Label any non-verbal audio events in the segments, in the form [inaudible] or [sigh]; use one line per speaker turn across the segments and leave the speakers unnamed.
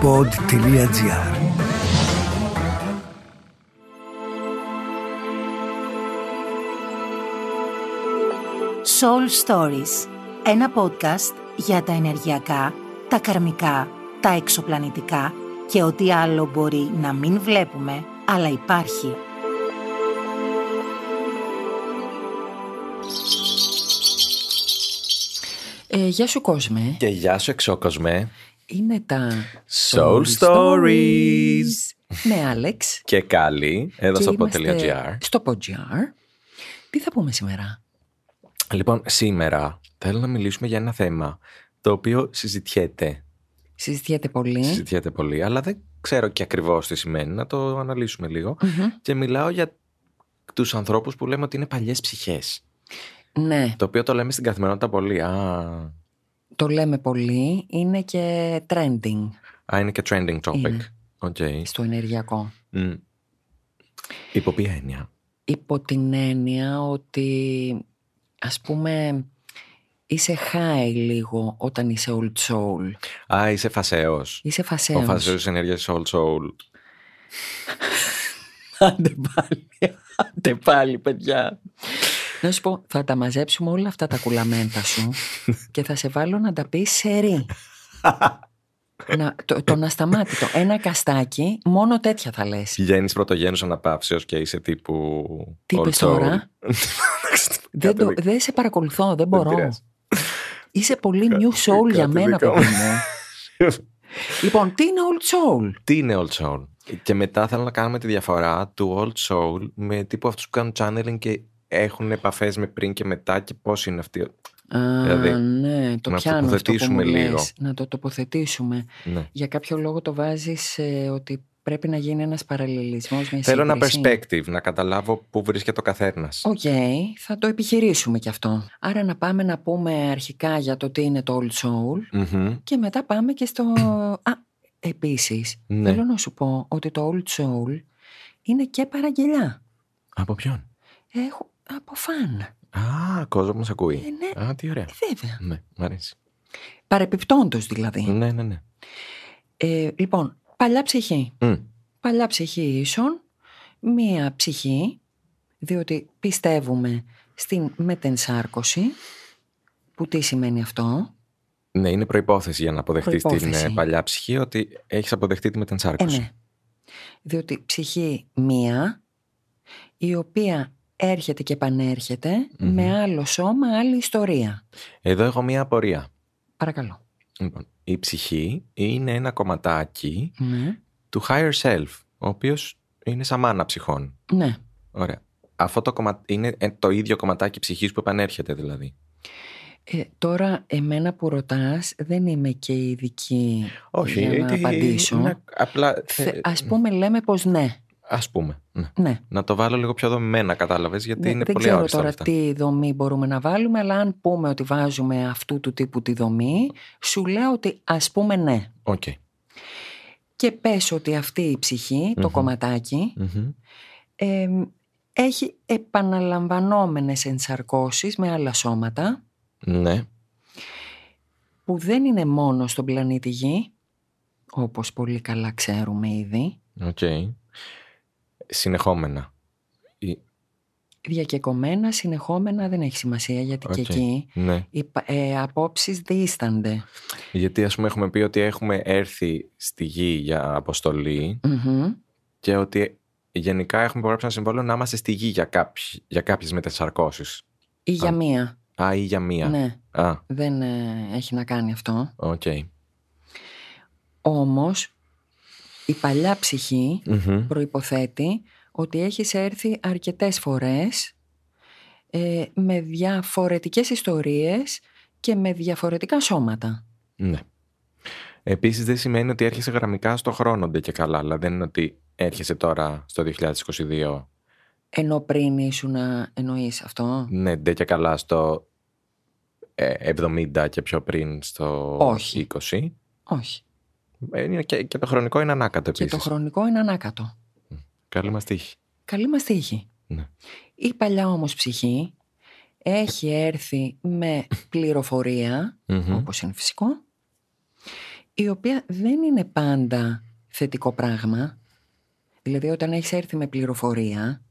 pod.gr
Soul Stories. Ένα podcast για τα ενεργειακά, τα καρμικά, τα εξωπλανητικά και ό,τι άλλο μπορεί να μην βλέπουμε, αλλά υπάρχει.
Ε, γεια σου κόσμε.
Και γεια σου εξώκοσμε.
Είναι τα
Soul Stories.
με Ναι, Άλεξ
Και καλή. Εδώ
και
στο
είμαστε
pod.gr.
στο pod.gr. Τι θα πούμε σήμερα.
Λοιπόν, σήμερα θέλω να μιλήσουμε για ένα θέμα το οποίο συζητιέται.
Συζητιέται πολύ.
Συζητιέται πολύ, αλλά δεν ξέρω και ακριβώς τι σημαίνει. Να το αναλύσουμε λίγο.
Μμμ.
Και μιλάω για τους ανθρώπους που λέμε ότι είναι παλιές ψυχές.
Ναι,
Το οποίο το λέμε στην καθημερινότητα πολύ. Α,
το λέμε πολύ. Είναι και trending
α, είναι και trending topic.
Είναι.
Οκ.
στο ενεργειακό.
Μμ. Υπό ποια έννοια.
Υπό την έννοια ότι ας πούμε είσαι high λίγο όταν είσαι old soul.
Α, είσαι φασαίος.
Είσαι
Ο
φασέος.
φασαίος ενέργειας old soul.
Άντε πάλι, άντε πάλι παιδιά. Να σου πω, θα τα μαζέψουμε όλα αυτά τα κουλαμέντα σου και θα σε βάλω να τα πεις σε ρί. να, το, το ασταμάτητο. Ένα καστάκι, μόνο τέτοια θα λες.
Βγαίνει πρωτογένου αναπαύσεως και είσαι τύπου.
Τι
old
είπες
soul.
τώρα? [laughs] δεν, το,
Κάτι
δεν σε παρακολουθώ, δεν μπορώ.
πειράζει. [laughs]
Είσαι πολύ new soul
κάτι
για μένα,
δικό μου.
παιδί μου. λοιπόν, τι είναι old soul.
Τι είναι old soul. Και μετά θέλω να κάνουμε τη διαφορά του old soul με τύπου αυτούς που κάνουν channeling και έχουν επαφές με πριν και μετά και πώς είναι αυτοί.
Α,
Δηλαδή,
ναι, το πιάνω αυτό που
να
μου
τοποθετήσουμε λίγο.
λες. Να το τοποθετήσουμε.
Ναι.
Για κάποιο λόγο το βάζεις ε, ότι πρέπει να γίνει ένας παραλληλισμός, μια
Θέλω ένα
σύγκριση.
perspective, να καταλάβω πού βρίσκεται ο καθένας.
Οκ, θα το επιχειρήσουμε κι αυτό. Άρα να πάμε να πούμε αρχικά για το τι είναι το Old Soul και μετά πάμε και στο... Α, επίσης,
Ναι.
θέλω να σου πω ότι το Old Soul είναι και παραγγελιά.
Από ποιον.
Έχω από φαν.
Α, κόσμο που μα
Ε,
ακούει.
ναι,
Α, τι ωραία.
βέβαια.
Ναι, μ' αρέσει.
Παρεπιπτόντος δηλαδή.
Ναι, ναι, ναι.
Ε, λοιπόν, παλιά ψυχή.
Μμ.
Παλιά ψυχή ίσον, μία ψυχή, διότι πιστεύουμε στην μετενσάρκωση. Που τι σημαίνει αυτό.
Ναι, είναι προπόθεση για να αποδεχτείς την
Προϋπόθεση.
ε, παλιά ψυχή ότι έχεις αποδεχτεί τη
Ε,
μετενσάρκωση.
ναι. Διότι ψυχή μία, η οποία έρχεται και επανέρχεται
Μμμ.
με άλλο σώμα, άλλη ιστορία.
Εδώ έχω μία απορία.
Παρακαλώ.
Λοιπόν, η ψυχή είναι ένα κομματάκι
Ναι.
του higher self, ο οποίος είναι σαν μάνα ψυχών.
Ναι.
Ωραία. Αυτό το κομμα... είναι ε, το ίδιο κομματάκι ψυχής που επανέρχεται δηλαδή.
Ε, τώρα, εμένα που ρωτάς, δεν είμαι και ειδική για να
ε, τι-
απαντήσω.
να- απλά.
Θε-
ε,
Ας πούμε, λέμε πως ναι.
ας πούμε. Ναι.
Ναι.
Να το βάλω λίγο πιο δομημένα, κατάλαβες, γιατί
Δεν-
είναι
Ναι, δεν
πολύ
ξέρω
άοριστα όλα
τώρα
αυτά.
τι δομή μπορούμε να βάλουμε, αλλά αν πούμε ότι βάζουμε αυτού του τύπου τη δομή, σου λέω ότι ας πούμε ναι.
Οκ.
Και πες ότι αυτή η ψυχη το
Μμμ.
κομματάκι,
Μμμ.
εμ, έχει επαναλαμβανόμενες ενσαρκώσεις με άλλα σώματα,
Ναι.
που δεν είναι μόνο στον πλανήτη Γη, όπως πολύ καλά ξέρουμε ήδη,
Οκ. Συνεχόμενα. Η-
διακεκομένα, συνεχόμενα, δεν έχει σημασία, γιατί και
Οκ.
εκεί
Ναι.
οι πα- ε, απόψεις διήστανται.
Γιατί ας πούμε έχουμε πει ότι έχουμε έρθει στη γη για αποστολή
Μμμ.
και ότι γενικά έχουμε υπογράψει ένα συμβόλαιο να είμαστε στη γη για, κάποιοι, για κάποιες μετασαρκώσεις.
Ή για
Α,
μία.
Α, ή για μία.
Ναι.
Α,
Δεν ε, έχει να κάνει αυτό.
οκ.
Όμως η παλιά ψυχή
Μμμ.
προϋποθέτει ότι έχεις έρθει αρκετές φορές ε, με διαφορετικές ιστορίες και με διαφορετικά σώματα.
Ναι. Επίσης δεν σημαίνει ότι έρχεσαι γραμμικά στο χρόνο ντε και καλά, αλλά δεν είναι ότι έρχεσαι τώρα στο 2022.
Ενώ πριν ήσουν να εννοείς αυτό.
Ναι, ντε και καλά στο ε, 70 και πιο πριν στο
Όχι.
20.
Όχι.
Ε, είναι και, και το χρονικό είναι ανάκατο
Και
επίσης.
το χρονικό είναι ανάκατο.
Καλή μας τύχη.
Καλή μας τύχη.
Ναι.
Η παλιά όμως ψυχή έχει έρθει με πληροφορία
Μμμ.
όπως είναι φυσικό, η οποία δεν είναι πάντα θετικό πράγμα. Δηλαδή όταν έχεις έρθει με πληροφορία,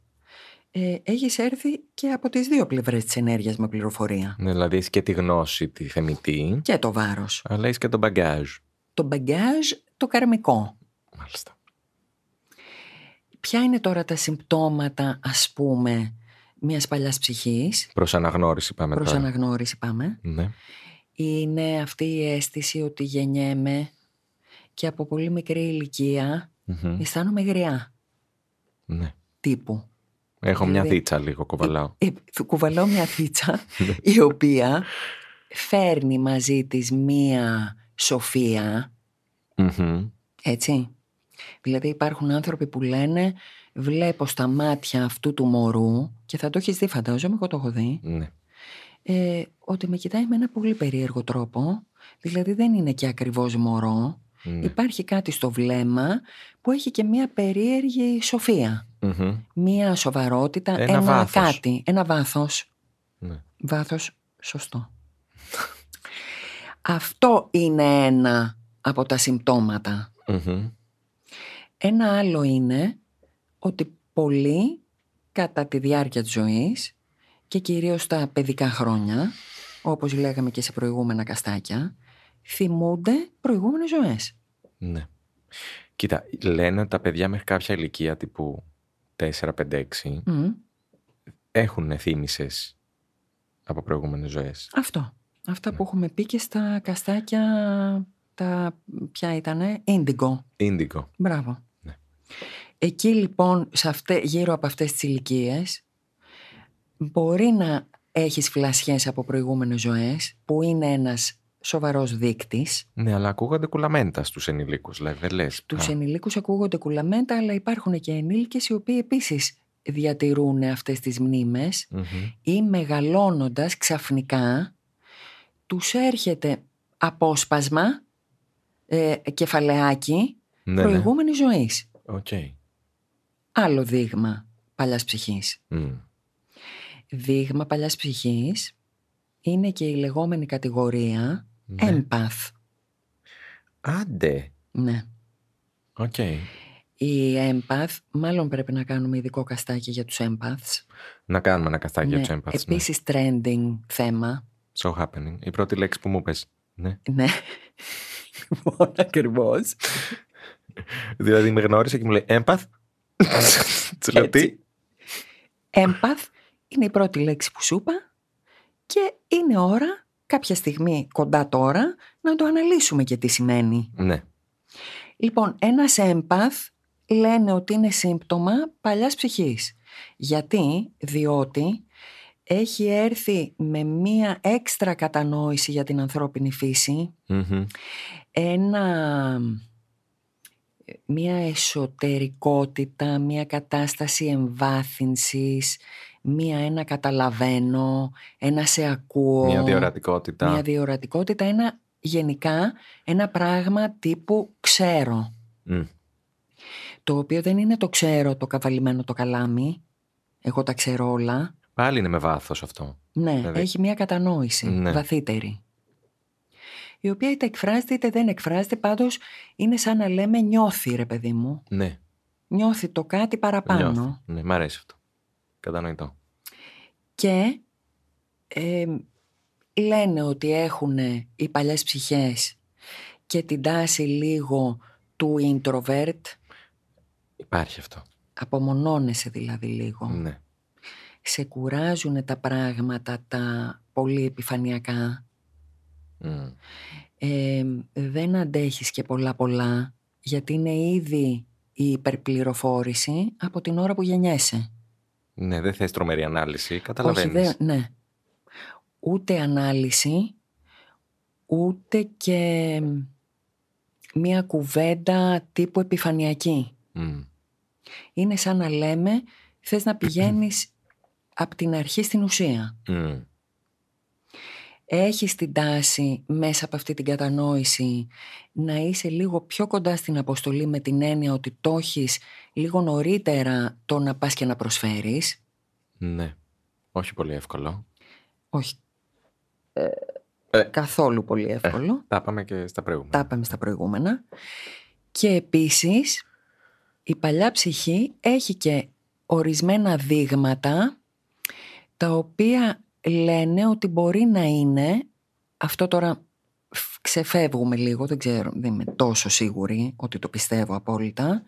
ε, έχεις έρθει και από τις δύο πλευρές της ενέργειας με πληροφορία.
Ναι, δηλαδή έχεις και τη γνώση τη θεμητή,
Και το βάρος.
αλλά έχεις και το μπαγκάζ.
Το μπαγκάζ, το καρμικό.
Μάλιστα.
Ποια είναι τώρα τα συμπτώματα, ας πούμε, μιας παλιάς ψυχής.
Προς αναγνώριση πάμε
Προς
τώρα.
αναγνώριση πάμε.
Ναι.
Είναι αυτή η αίσθηση ότι γεννιέμαι και από πολύ μικρή ηλικία
Μμμ.
αισθάνομαι γριά
ναι.
τύπου.
Έχω μια
Δηλαδή-
δίτσα λίγο κοβαλάω.
Ε, του κουβαλάω μια θίτσα η οποία φέρνει μαζί της μία σοφία,
Μμμ.
έτσι. Δηλαδή υπάρχουν άνθρωποι που λένε βλέπω στα μάτια αυτού του μωρού και θα το έχεις δει φαντάζομαι, εγώ το έχω δει,
Ναι.
ε, ότι με κοιτάει με ένα πολύ περίεργο τρόπο, δηλαδή δεν είναι και ακριβώς μωρό,
Ναι.
υπάρχει κάτι στο βλέμμα που έχει και μία περίεργη σοφία,
Μμμ.
μία σοβαρότητα,
Ένα
ένα,
βάθος.
κάτι, ένα βάθος.
Ναι.
Βάθος σωστό. Αυτό είναι ένα από τα συμπτώματα.
Μμμ.
Ένα άλλο είναι ότι πολλοί κατά τη διάρκεια της ζωής και κυρίως τα παιδικά χρόνια, όπως λέγαμε και σε προηγούμενα καστάκια, θυμούνται προηγούμενες ζωές.
Ναι. Κοίτα, λένε ότι τα παιδιά μέχρι κάποια ηλικία τύπου 4, 5, 6
Μμ,
έχουν θύμησες από προηγούμενες ζωές.
αυτό. Αυτά
Ναι.
που έχουμε πει και στα καστάκια, τα ποια ήτανε, Indigo.
Ίντικο.
Μπράβο.
Ναι.
Εκεί λοιπόν, σε αυτέ, γύρω από αυτές τις ηλικίες, μπορεί να έχεις φλασιές από προηγούμενες ζωές, που είναι ένας σοβαρός δείκτης.
Ναι, αλλά ακούγονται κουλαμέντα στους ενηλίκους, δηλαδή δεν λες.
Τους
«Α,
ενηλίκους ακούγονται κουλαμέντα, αλλά υπάρχουν και ενήλικες οι οποίοι επίσης διατηρούν αυτές τις μνήμες
μμμ,
ή μεγαλώνοντας ξαφνικά τους έρχεται απόσπασμα, ε, κεφαλαιάκι
Ναι, ναι,
προηγούμενης ζωής.
οκ.
Άλλο δείγμα παλιάς ψυχής.
Μμ,
Δείγμα παλιάς ψυχής είναι και η λεγόμενη κατηγορία
ναι.
empath.
Άντε,
Ναι.
οκ.
Η empath, μάλλον πρέπει να κάνουμε ειδικό καστάκι για τους empaths.
Να κάνουμε ένα καστάκι για τους empaths, ναι.
Επίσης trending θέμα.
So happening. Η πρώτη λέξη που μου πες. Ναι.
Ναι. Λοιπόν, ακριβώς.
δηλαδή με γνώρισε και μου λέει [laughs] empath. Της λέω τι.
Έτσι. Empath είναι η πρώτη λέξη που σου είπα και είναι ώρα κάποια στιγμή κοντά τώρα να το αναλύσουμε και τι σημαίνει.
Ναι.
Λοιπόν, ένας έμπαθ λένε ότι είναι σύμπτωμα παλιάς ψυχής. Γιατί, διότι έχει έρθει με μία έξτρα κατανόηση για την ανθρώπινη φύση,
Μμμ,
ένα, μία εσωτερικότητα, μία κατάσταση εμβάθυνσης, μία ένα καταλαβαίνω, ένα σε ακούω.
Μια
Μία
διορατικότητα.
διορατικότητα, ένα γενικά ένα πράγμα τύπου ξέρω.
Μμ,
Το οποίο δεν είναι το ξέρω το καβαλημένο το καλάμι. Εγώ τα ξέρω όλα.
Πάλι είναι με βάθος αυτό.
Ναι,
Δηλαδή-
έχει μια κατανόηση
Ναι.
βαθύτερη. Η οποία είτε εκφράζεται είτε δεν εκφράζεται, πάντως είναι σαν να λέμε νιώθει ρε παιδί μου.
Ναι.
Νιώθει το κάτι παραπάνω.
Νιώθω. Ναι, μ' αρέσει αυτό. Κατανοητό.
Και ε, λένε ότι έχουν οι παλιές ψυχές και την τάση λίγο του introvert,
Υπάρχει αυτό.
απομονώνεσαι δηλαδή λίγο.
Ναι.
σε κουράζουν τα πράγματα τα πολύ επιφανειακά.
Μμ,
Ε, δεν αντέχεις και πολλά πολλά γιατί είναι ήδη η υπερπληροφόρηση από την ώρα που γεννιέσαι.
Ναι, δεν θες τρομερή ανάλυση.
Όχι,
Καταλαβαίνεις.
δεν- ναι. Ούτε ανάλυση, ούτε και μία κουβέντα τύπου επιφανειακή.
Μμ.
Είναι σαν να λέμε θες να πηγαίνεις από την αρχή στην ουσία.
Μμ.
έχεις την τάση μέσα από αυτή την κατανόηση να είσαι λίγο πιο κοντά στην αποστολή με την έννοια ότι το έχεις λίγο νωρίτερα το να πας και να προσφέρεις.
Ναι. Όχι πολύ εύκολο.
Όχι.
Ε.
Καθόλου πολύ εύκολο.
Τα πάμε και στα προηγούμενα.
Τα είπαμε στα προηγούμενα. Και επίσης, η παλιά ψυχή έχει και ορισμένα δείγματα τα οποία λένε ότι μπορεί να είναι, αυτό τώρα φ- ξεφεύγουμε λίγο, δεν ξέρω, δεν είμαι τόσο σίγουρη ότι το πιστεύω απόλυτα,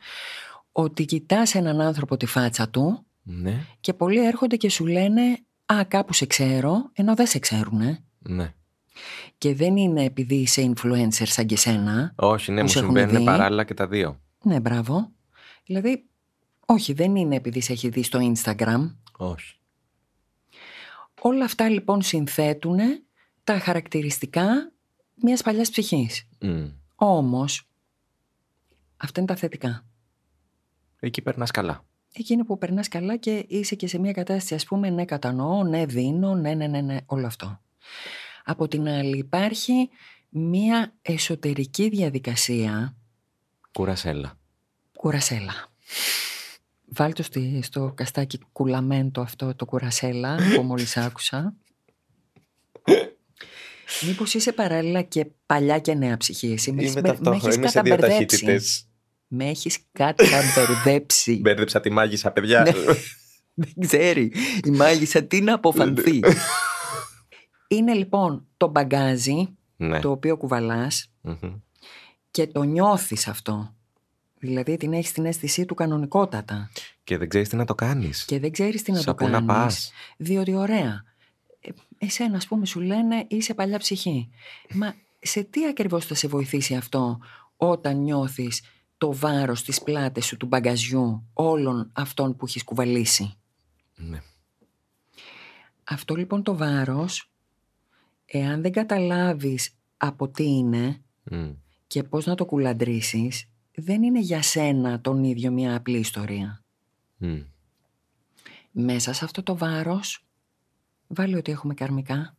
ότι κοιτάς έναν άνθρωπο τη φάτσα του
Ναι,
και πολλοί έρχονται και σου λένε «Α, κάπου σε ξέρω», ενώ δεν σε ξέρουνε.
ναι.
Και δεν είναι επειδή είσαι influencer σαν και σένα,
Όχι, ναι, μου
Τους έχουν
συμβαίνουν
δει.
παράλληλα και τα δύο.
Ναι, μπράβο. Δηλαδή, όχι, δεν είναι επειδή σε έχει δει στο Instagram.
Όχι.
Όλα αυτά λοιπόν συνθέτουν τα χαρακτηριστικά μιας παλιάς ψυχής.
Μμ.
Όμως, αυτά είναι τα θετικά.
Εκεί περνάς καλά.
Εκείνη που περνάς καλά και είσαι και σε μια κατάσταση, ας πούμε, ναι κατανοώ, ναι δίνω, ναι, ναι, ναι, ναι, όλο αυτό. Από την άλλη υπάρχει μια εσωτερική διαδικασία
Κουρασέλα.
Κουρασέλα. Βάλτε στο, στο καστάκι κουλαμέντο αυτό το κουρασέλα που μόλις άκουσα. Μήπως είσαι παράλληλα και παλιά και νέα ψυχή εσύ. Με έχεις μπε- με έχεις καταμπερδέψει. Με έχεις καταμπερδέψει.
Μπέρδεψα τη μάγισσα, παιδιά.
Ναι. Δεν ξέρει η μάγισσα τι να αποφανθεί. Είναι λοιπόν το μπαγκάζι
ναι.
το οποίο κουβαλάς
Μμμ.
και το νιώθεις αυτό. Δηλαδή την έχεις την αίσθησή του κανονικότατα.
Και δεν ξέρεις τι να το κάνεις.
Και δεν ξέρεις τι να
Σε
το
πού
κάνεις.
να πας.
Διότι ωραία. ε, Εσένα, ας πούμε, σου λένε είσαι παλιά ψυχή. Μα σε τι ακριβώς θα σε βοηθήσει αυτό όταν νιώθεις το βάρος της πλάτες σου, του μπαγκαζιού, όλων αυτών που έχεις κουβαλήσει.
Ναι.
Αυτό λοιπόν το βάρος, εάν δεν καταλάβεις από τι είναι
Μμ.
και πώς να το κουλαντρήσεις, δεν είναι για σένα τον ίδιο μια απλή ιστορία.
Μμ.
Μέσα σε αυτό το βάρος Βάλει ότι έχουμε καρμικά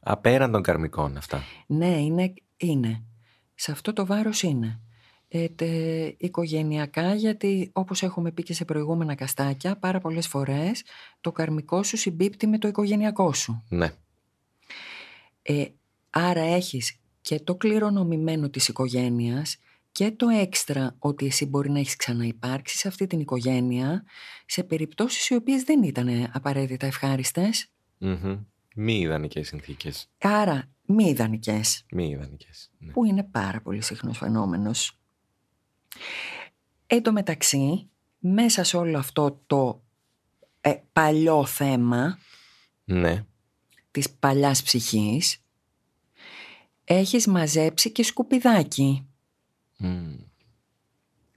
Απέραν των καρμικών αυτά.
Ναι είναι, είναι. Σε αυτό το βάρος είναι ε, τε, Οικογενειακά γιατί όπως έχουμε πει και σε προηγούμενα καστάκια Πάρα πολλές φορές Το καρμικό σου συμπίπτει με το οικογενειακό σου
Ναι.
ε, Άρα έχεις και το κληρονομημένο της οικογένειας και το έξτρα ότι εσύ μπορεί να έχεις ξαναυπάρξει σε αυτή την οικογένεια σε περιπτώσεις οι οποίες δεν ήταν απαραίτητα ευχάριστες
Μμμ. Μη ιδανικές συνθήκες.
Άρα, μη ιδανικές,
Μη ιδανικές. Ναι.
που είναι πάρα πολύ συχνός φαινόμενος. Εν τω μεταξύ, μέσα σε όλο αυτό το ε, παλιό θέμα
ναι.
της παλιάς ψυχής, έχεις μαζέψει και σκουπιδάκι.
Μμ.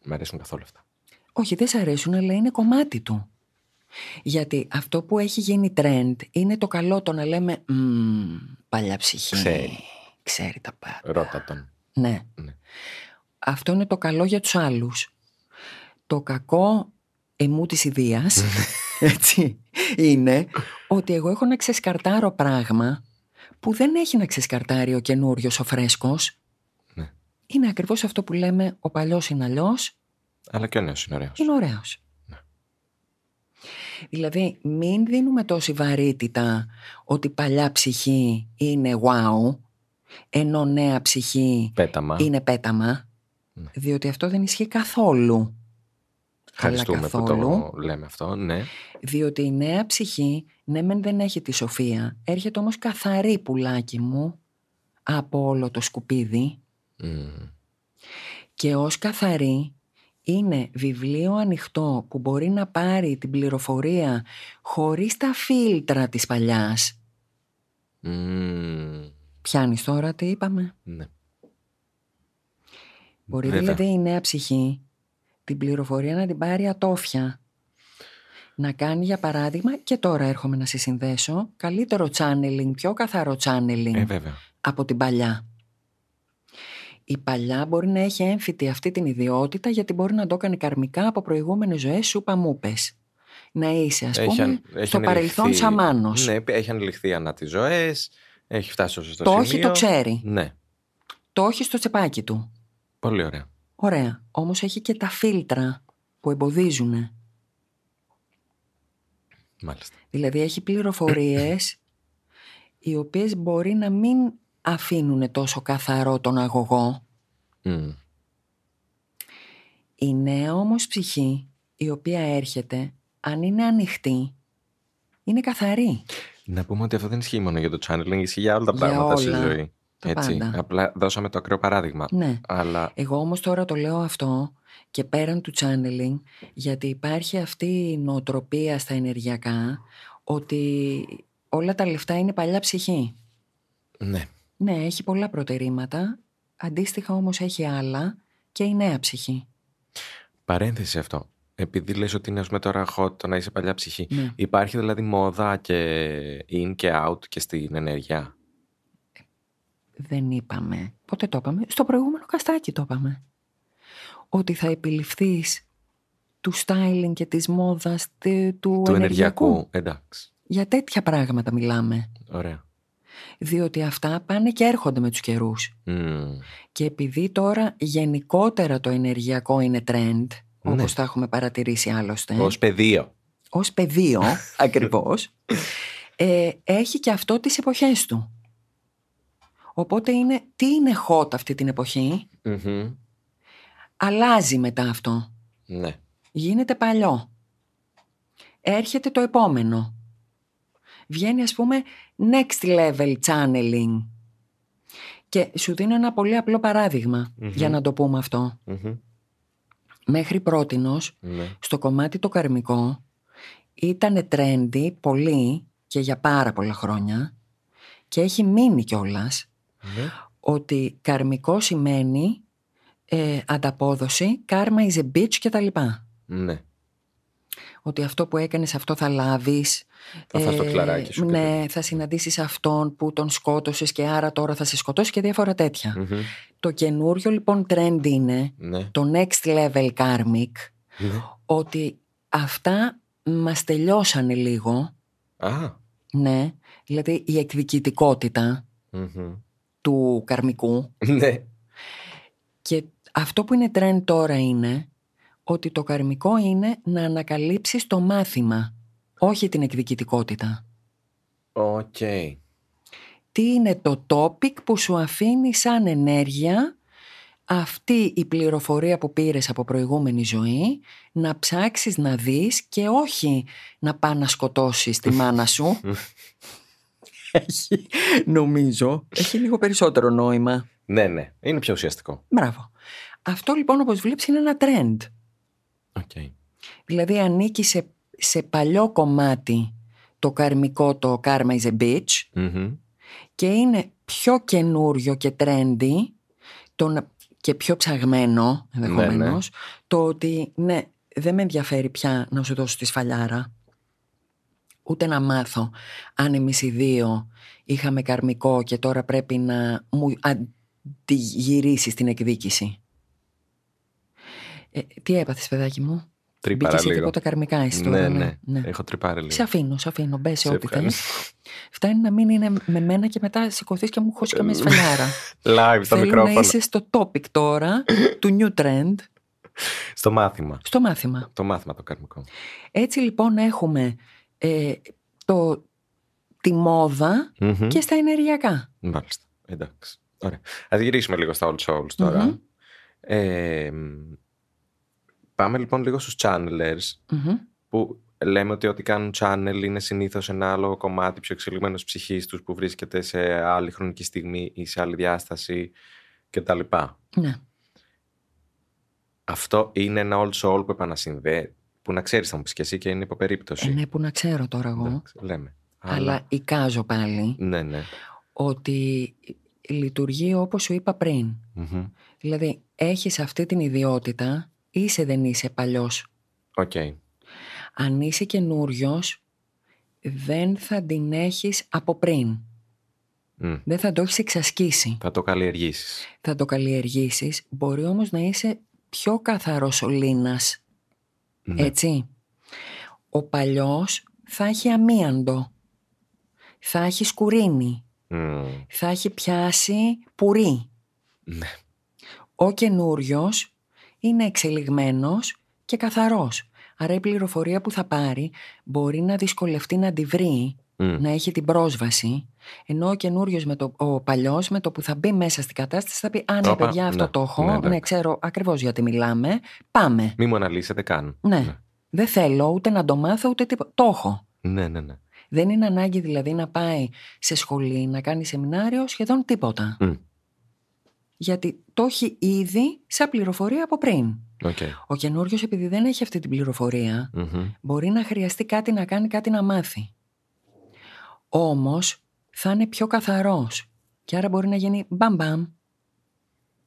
Μ' αρέσουν καθόλου αυτά.
Όχι, δεν σ' αρέσουν, αλλά είναι κομμάτι του. Γιατί αυτό που έχει γίνει trend είναι το καλό το να λέμε «Μμμ, παλιά ψυχή».
Ξέρει.
Ξέρει τα πάντα.
Ρώτα τον.
Ναι.
Ναι.
Αυτό είναι το καλό για τους άλλους. Το κακό εμού της
[laughs]
ιδείας, έτσι, είναι ότι εγώ έχω να ξεσκαρτάρω πράγμα που δεν έχει να ξεσκαρτάρει ο καινούριος ο φρέσκος.
Ναι.
Είναι ακριβώς αυτό που λέμε ο παλιός είναι αλλιώς,
Αλλά και ο νέος είναι ωραίος.
είναι ωραίος.
Ναι.
Δηλαδή μην δίνουμε τόση βαρύτητα ότι παλιά ψυχή είναι wow, ενώ νέα ψυχή
Πέταμα.
είναι πέταμα.
Ναι.
Διότι αυτό δεν ισχύει καθόλου.
Ευχαριστούμε
Αλλά
που το λέμε αυτό. Ναι.
Διότι η νέα ψυχή, ναι μεν δεν έχει τη σοφία, έρχεται όμως καθαρή πουλάκι μου από όλο το σκουπίδι
Μμ.
και ως καθαρή είναι βιβλίο ανοιχτό που μπορεί να πάρει την πληροφορία χωρίς τα φίλτρα της παλιάς.
Μμ.
Πιάνεις τώρα τι είπαμε.
Ναι.
Μπορεί
Βέβαια.
δηλαδή η νέα ψυχή την πληροφορία να την πάρει ατόφια. Να κάνει για παράδειγμα, και τώρα έρχομαι να σε συνδέσω, καλύτερο channeling, πιο καθαρό channeling
Ε, βέβαια.
από την παλιά. Η παλιά μπορεί να έχει έμφυτη αυτή την ιδιότητα γιατί μπορεί να το έκανε καρμικά από προηγούμενες ζωές σου παμούπες. Να είσαι ας πούμε
αν-
στο
ανελιχθεί-
παρελθόν σαμάνος.
Ναι, έχει ανελιχθεί ανά τις ζωές. Έχει φτάσει στο σωστό
το
σημείο.
όχι το ξέρει.
Ναι.
Το όχι στο τσεπάκι του.
Πολύ ωραία.
Ωραία. Όμως έχει και τα φίλτρα που εμποδίζουν.
Μάλιστα.
Δηλαδή έχει πληροφορίες οι οποίες μπορεί να μην αφήνουν τόσο καθαρό τον αγωγό.
Μμ.
Η νέα όμως ψυχή η οποία έρχεται, αν είναι ανοιχτή, είναι καθαρή.
Να πούμε ότι αυτό δεν ισχύει μόνο για το channeling, ισχύει για όλα τα
Για
πράγματα στη
όλα.
ζωή.
Τα
Έτσι.
πάντα.
Απλά δώσαμε το ακραίο παράδειγμα.
Ναι.
Αλλά
Εγώ όμως τώρα το λέω αυτό και πέραν του channeling γιατί υπάρχει αυτή η νοοτροπία στα ενεργειακά ότι όλα τα λεφτά είναι παλιά ψυχή.
ναι.
Ναι, έχει πολλά προτερήματα, αντίστοιχα όμως έχει άλλα και η νέα ψυχή.
Παρένθεση αυτό. Επειδή λες ότι είναι ας πούμε, τώρα hot το να είσαι παλιά ψυχή.
Ναι.
Υπάρχει δηλαδή μόδα και in και out και στην ενέργεια.
Δεν είπαμε. Πότε το είπαμε. Στο προηγούμενο καστάκι το είπαμε. Ότι θα επιληφθείς του styling και της μόδας τε- του,
του
ενεργειακού.
ενεργειακού. Εντάξει.
Για τέτοια πράγματα μιλάμε.
Ωραία.
Διότι αυτά πάνε και έρχονται με τους καιρούς.
Μμμ.
Και επειδή τώρα γενικότερα το ενεργειακό είναι trend,
Ναι.
όπως τα έχουμε παρατηρήσει άλλωστε,
Ως πεδίο.
ως
[laughs]
πεδίο ακριβώς, ε, έχει και αυτό τις εποχές του. Οπότε είναι, τι είναι hot αυτή την εποχή,
Μμμ.
αλλάζει μετά αυτό.
Ναι.
Γίνεται παλιό. Έρχεται το επόμενο. Βγαίνει ας πούμε next level channeling. Και σου δίνω ένα πολύ απλό παράδειγμα
Μμμ.
για να το πούμε αυτό.
Μμμ.
μέχρι πρότινος
Ναι.
στο κομμάτι το καρμικό ήταν trendy πολύ και για πάρα πολλά χρόνια και έχει μείνει κιόλας
Ναι.
ότι καρμικό σημαίνει ε, ανταπόδοση, karma is a bitch και τα λοιπά.
Ναι.
Ότι αυτό που έκανες αυτό θα λάβεις.
Θα φας το κλαράκι σου και
Ναι, θα συναντήσεις αυτόν που τον σκότωσες και άρα τώρα θα σε σκοτώσει και διάφορα τέτοια.
Μμμ.
Το καινούριο λοιπόν trend είναι
Ναι.
το next level karmic
Ναι.
ότι αυτά μας τελειώσανε λίγο,
Α.
ναι, δηλαδή η εκδικητικότητα
Μμμ.
του καρμικού
Ναι.
και αυτό που είναι τρέν τώρα είναι ότι το καρμικό είναι να ανακαλύψεις το μάθημα, όχι την εκδικητικότητα.
Οκ.
Τι είναι το topic που σου αφήνει σαν ενέργεια αυτή η πληροφορία που πήρες από προηγούμενη ζωή να ψάξεις να δεις και όχι να πά να σκοτώσεις τη μάνα σου. Έχει, νομίζω, έχει λίγο περισσότερο νόημα.
Ναι, ναι. Είναι πιο ουσιαστικό.
Μπράβο. Αυτό λοιπόν όπως βλέπεις είναι ένα trend.
Οκ.
Δηλαδή ανήκει σε, σε παλιό κομμάτι το καρμικό το karma is a bitch
Μμμ.
και είναι πιο καινούριο και trendy το να- και πιο ψαγμένο ενδεχομένως,
Ναι, ναι.
το ότι ναι, δεν με ενδιαφέρει πια να σου δώσω τη σφαλιάρα ούτε να μάθω αν εμείς οι δύο είχαμε καρμικό και τώρα πρέπει να μου αντιγυρίσεις την εκδίκηση. Ε, τι έπαθες παιδάκι μου?
Τρύπαρα
Μπήκες σε
λίγο.
τίποτα καρμικά εσύ
Ναι,
τώρα.
ναι. Έχω τρυπάρει λίγο.
Σε αφήνω, σε αφήνω. Μπε σε
Σε
ό,τι θέλει.
ευχαριστώ.
Φτάνει να μην είναι με μένα και μετά σηκωθείς και μου χώσεις καμία
Ε, [laughs]
σφαλιάρα.
Live στο
Θέλω να
μικρόφωνο.
είσαι στο topic τώρα του new trend
Στο μάθημα.
στο μάθημα.
Το μάθημα το καρμικό.
Έτσι λοιπόν έχουμε ε, το, τη μόδα
Μμμ.
και στα ενεργειακά.
Μάλιστα. Εντάξει. Ωραία. Ας γυρίσουμε λίγο στα Old Souls τωρα
Μμμ.
Ε, μ, πάμε λοιπόν λίγο στους channelers
Μμμ.
που λέμε ότι ό,τι κάνουν channel είναι συνήθως ένα άλλο κομμάτι πιο εξελιγμένος ψυχής τους που βρίσκεται σε άλλη χρονική στιγμή ή σε άλλη διάσταση κτλ.
Ναι.
Αυτό είναι ένα Old Soul που επανασυνδέει που να ξέρεις θα μου πεις και εσύ και είναι υποπερίπτωση.
Ε, ναι, που να ξέρω τώρα εγώ.
Εντάξει, λέμε.
Αλλά εικάζω πάλι
Ναι, ναι.
ότι λειτουργεί όπως σου είπα πριν.
Μμμ.
Δηλαδή έχεις αυτή την ιδιότητα, είσαι δεν είσαι παλιός
Οκ.
Αν είσαι καινούριος, δεν θα την έχεις από πριν.
Μμ.
Δεν θα το έχεις εξασκήσει.
Θα το καλλιεργήσεις.
Θα το καλλιεργήσεις. Μπορεί όμως να είσαι πιο καθαρός σωλήνας.
Ναι.
Έτσι. Ο παλιός θα έχει αμίαντο. Θα έχει σκουρίνι.
Μμ.
Θα έχει πιάσει πουρί.
Ναι.
Ο καινούριος είναι εξελιγμένος και καθαρός. Άρα η πληροφορία που θα πάρει μπορεί να δυσκολευτεί να τη βρει
Μμ.
να έχει την πρόσβαση. Ενώ ο καινούριος, ο παλιός, με το που θα μπει μέσα στην κατάσταση, θα πει: Α, ναι,
Όπα,
παιδιά, αυτό
ναι,
το έχω.
ναι,
Ναι,
εντάξει.
ξέρω ακριβώς γιατί μιλάμε. Πάμε.
Μη μου αναλύσετε καν.
Ναι.
Ναι.
Δεν θέλω ούτε να το μάθω ούτε τίποτα. Το έχω.
Ναι, ναι, ναι.
Δεν είναι ανάγκη δηλαδή να πάει σε σχολή, να κάνει σεμινάριο, σχεδόν τίποτα.
Μμ.
Γιατί το έχει ήδη σαν πληροφορία από πριν.
Οκ.
Ο καινούριος, επειδή δεν έχει αυτή την πληροφορία,
Μμμ.
μπορεί να χρειαστεί κάτι να κάνει, κάτι να μάθει. Όμως θα είναι πιο καθαρός και άρα μπορεί να γίνει μπαμ μπαμ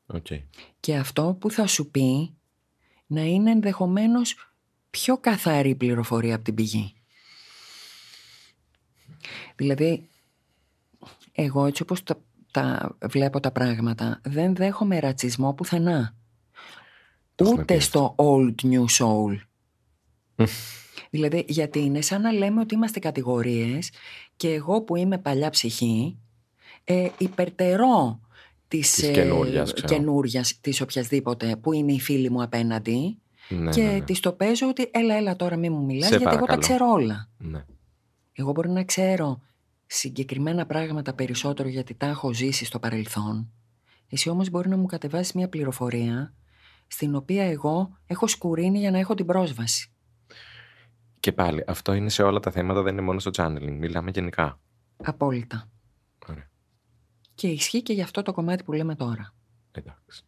Οκ.
και αυτό που θα σου πει να είναι ενδεχομένως πιο καθαρή πληροφορία από την πηγή. Δηλαδή, εγώ έτσι όπως τα, τα βλέπω τα πράγματα, δεν δέχομαι ρατσισμό πουθενά.
Το έχουμε πει
Ούτε στο
αυτό.
old new soul. δηλαδή, γιατί είναι σαν να λέμε ότι είμαστε κατηγορίες και εγώ που είμαι παλιά ψυχή, ε, υπερτερώ της,
Της καινούριας, ξέρω.
καινούριας, της οποιασδήποτε που είναι η φίλη μου απέναντι
Ναι,
και
ναι, ναι.
της το παίζω ότι έλα έλα τώρα μη μου μιλάς
Σε
γιατί εγώ τα
παρακαλώ.
ξέρω όλα.
Ναι.
Εγώ μπορεί να ξέρω συγκεκριμένα πράγματα περισσότερο γιατί τα έχω ζήσει στο παρελθόν. Εσύ όμως μπορεί να μου κατεβάσεις μια πληροφορία στην οποία εγώ έχω σκουρίνει για να έχω την πρόσβαση.
Και πάλι, αυτό είναι σε όλα τα θέματα, δεν είναι μόνο στο channeling. Μιλάμε γενικά.
Απόλυτα.
Ωραία.
Και ισχύει και για αυτό το κομμάτι που λέμε τώρα.
Εντάξει.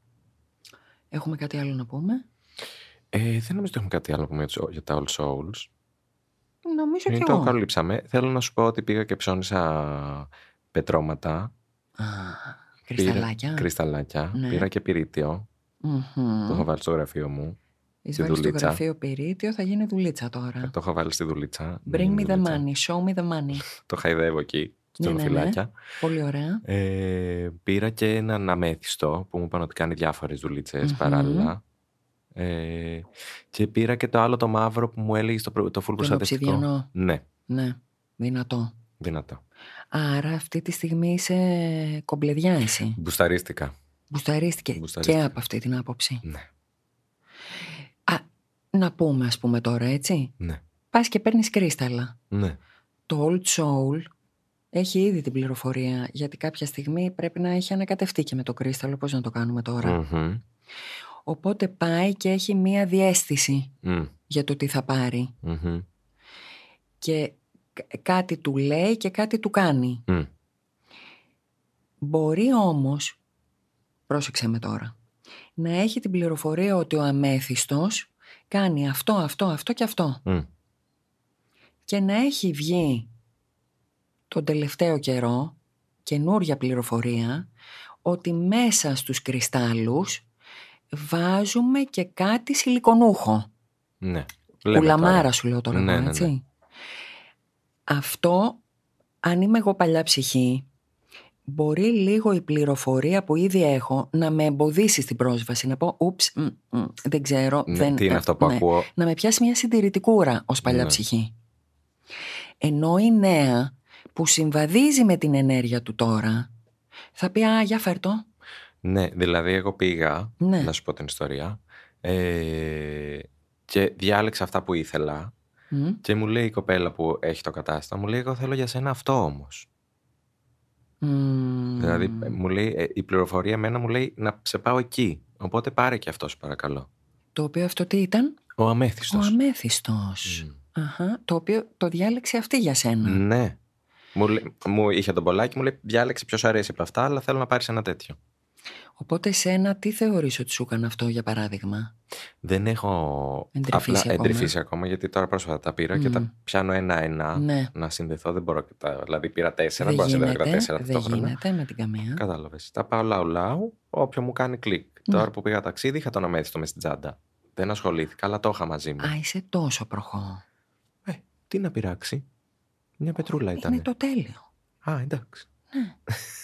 Έχουμε κάτι άλλο να πούμε.
Ε, δεν νομίζω ότι έχουμε κάτι άλλο που με- για τα All Souls.
Νομίζω
Ε,
και
το
εγώ.
καλύψαμε. Θέλω να σου πω ότι πήγα και ψώνισα πετρώματα,
Α, κρυσταλάκια.
κρυσταλάκια.
Ε, Ναι. Ε.
Πήρα και πυρίτιο.
Μμμ.
Το έχω βάλει στο γραφείο μου.
Εις
στη
βάλεις στο
δουλίτσα.
γραφείο πυρίτιο, θα γίνει δουλίτσα
Ε,
τώρα.
Το έχω βάλει στη δουλίτσα.
Bring
Μην
me the
Ναι, δουλίτσα.
money, show me the money.
Το χαϊδεύω εκεί,
Ναι, ναι, ναι.
στενοφυλάκια.
Πολύ ωραία.
Ε, πήρα και έναν αμέθιστο που μου είπαν ότι κάνει διάφορες δουλίτσες
Μμμ.
παράλληλα. Ε, και πήρα και το άλλο το μαύρο που μου έλεγε το, προ- το full
Τον
προστατευτικό.
οψιδιανό.
Ναι,
Ναι, δυνατό.
δυνατό.
Άρα αυτή τη στιγμή είσαι κομπλεδιά εσύ.
Μπουσταρίστηκα.
Μπουσταρίστηκε
Μπουσταρίστηκα.
και από αυτή την άποψη.
Ναι,
Α, να πούμε ας πούμε τώρα έτσι.
ναι,
Πας και παίρνεις κρίσταλα.
ναι.
Το Old Soul έχει ήδη την πληροφορία γιατί κάποια στιγμή πρέπει να έχει ανακατευτεί και με το κρίσταλο. Πώς να το κάνουμε τώρα.
Μμμ.
Οπότε πάει και έχει μία διέστηση
Μμ.
για το τι θα πάρει.
Μμμ.
Και κ- κάτι του λέει και κάτι του κάνει.
Μμ.
Μπορεί όμως, πρόσεξε με τώρα, να έχει την πληροφορία ότι ο αμέθιστος κάνει αυτό, αυτό, αυτό και αυτό.
Μμ.
Και να έχει βγει τον τελευταίο καιρό καινούρια πληροφορία ότι μέσα στους κρυστάλλους βάζουμε και κάτι σιλικονούχο.
Ναι.
Κουλαμάρα σου λέω τώρα,
Ναι,
εγώ,
ναι, ναι.
έτσι. Αυτό, αν είμαι εγώ παλιά ψυχή, μπορεί λίγο η πληροφορία που ήδη έχω να με εμποδίσει στην πρόσβαση. Να πω, ούψ, μ, μ, δεν ξέρω.
Ναι,
δεν,
τι είναι
ε,
αυτό που
ναι.
ακούω.
Να με πιάσει μια συντηρητικούρα ως παλιά
Ναι.
ψυχή. Ενώ η νέα που συμβαδίζει με την ενέργεια του τώρα, θα πει, α, για φέρτο.
Ναι, δηλαδή εγώ πήγα,
Ναι.
να σου πω την ιστορία, ε, και διάλεξα αυτά που ήθελα
Μ,
και μου λέει η κοπέλα που έχει το κατάστημα, μου λέει εγώ θέλω για σένα αυτό όμως.
μ.
Δηλαδή, ε, μου λέει, ε, η πληροφορία εμένα μου λέει να σε πάω εκεί. Οπότε πάρε και αυτός, σε παρακαλώ.
Το οποίο αυτό τι ήταν,
Ο αμέθιστος.
ο αμέθιστος. Αχα, το οποίο το διάλεξε αυτή για σένα.
Ναι. Μου, λέ- μου είχε τον πολλάκι, μου λέει διάλεξε ποιος αρέσει από αυτά, αλλά θέλω να πάρεις ένα τέτοιο.
Οπότε εσένα τι θεωρείς ότι σου έκανε αυτό για παράδειγμα.
Δεν έχω
Εντρυφήσει
απλά
ακόμα.
εντρυφήσει ακόμα, γιατί τώρα πρόσφατα τα πήρα και
Μμμ.
τα πιάνω ένα-ένα.
ναι.
Να συνδεθώ, δεν μπορώ. και Τα, δηλαδή πήρα τέσσερα,
Δεν
μπορώ να συνδεθώ και τα
γίνεται,
τέσσερα
δεν
ταυτόχρονα.
γίνεται με την καμία.
Κατάλαβες. Τα πάω λαού-λαού, όποιο μου κάνει κλικ.
Ναι.
Τώρα που πήγα ταξίδι, είχα τον αμέθιστο μες στην τσάντα. Δεν ασχολήθηκα, αλλά το είχα μαζί μου.
Α, είσαι τόσο προχώ.
Ε, τι να πειράξει. Μια πετρούλα ήταν.
Είναι το τέλειο.
Α, εντάξει.
Ναι,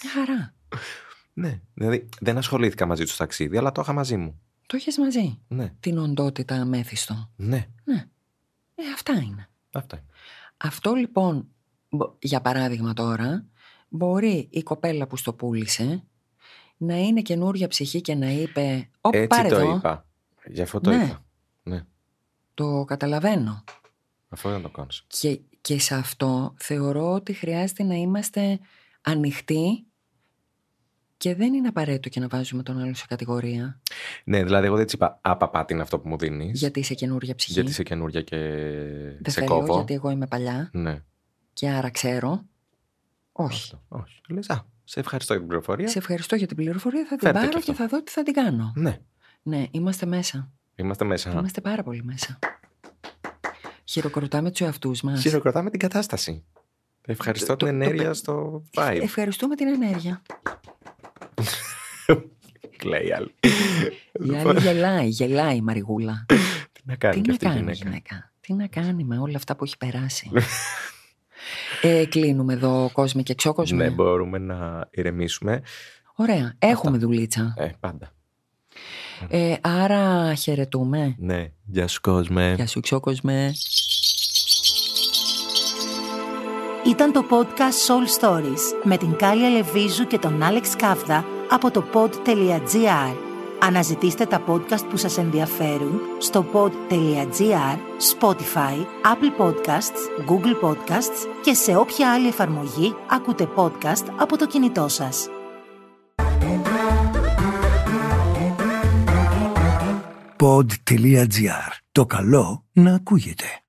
μια χαρά.
Ναι. Δηλαδή δεν ασχολήθηκα μαζί τους στο ταξίδι, αλλά το είχα μαζί μου.
Το έχεις μαζί.
Ναι.
Την οντότητα αμέθιστο.
Ναι.
Ε, αυτά είναι.
Αυτά είναι.
Αυτό λοιπόν, μπο- για παράδειγμα τώρα, μπορεί η κοπέλα που στο πούλησε να είναι καινούρια ψυχή και να είπε «Ωπ,
Έτσι
πάρε
το
εδώ,
είπα. Γι' αυτό το
Ναι.
είπα. Ναι.
το καταλαβαίνω».
Αυτό ήταν το κόνσεπτ.
Και, Και σε αυτό θεωρώ ότι χρειάζεται να είμαστε ανοιχτοί και δεν είναι απαραίτητο και να βάζουμε τον άλλο σε κατηγορία.
Ναι, δηλαδή, εγώ δεν της είπα απαπάτη είναι αυτό που μου δίνεις.
Γιατί είσαι καινούρια ψυχή.
Γιατί είσαι καινούρια και
δεν
σε
θέλω,
κόβω.
γιατί εγώ είμαι παλιά
Ναι.
και άρα ξέρω. Όχι.
Αυτό. Όχι. Λες, α, σε ευχαριστώ για την πληροφορία.
Σε ευχαριστώ για την πληροφορία. Θα την
Φέρτε και
πάρω
αυτό.
και θα δω τι θα την κάνω.
Ναι.
Ναι, είμαστε μέσα.
Είμαστε μέσα.
Είμαστε πάρα πολύ μέσα. Χειροκροτάμε τους εαυτούς μας.
Χειροκροτάμε την κατάσταση.
Το-
Ευχαριστώ την
το- το
ενέργεια
πε-
στο vibe.
Ευχαριστούμε την ενέργεια.
Λέει η άλλη.
Η
Λοιπόν.
άλλη γελάει, γελάει η Μαριγούλα.
Τι να κάνει
Τι
και
να ναι,
αυτή η
κάνει η
γυναίκα. Ναι.
γυναίκα. Τι να κάνει με όλα αυτά που έχει περάσει. ε, κλείνουμε εδώ κόσμο και ξόκοσμο.
Ναι, μπορούμε να ηρεμήσουμε.
Ωραία. Έχουμε δουλίτσα.
Ε, πάντα.
Ε, άρα χαιρετούμε.
Ναι. Γεια σου, κόσμε.
Γεια σου ξόκοσμε.
Ήταν το podcast Soul Stories με την Κάλια Λεβίζου και τον Άλεξ Κάβδα από το pod.gr. Αναζητήστε τα podcast που σας ενδιαφέρουν στο pod.gr, Spotify, Apple Podcasts, Google Podcasts και σε όποια άλλη εφαρμογή ακούτε podcast από το κινητό σας.
pod.gr. Το καλό να ακούγεται.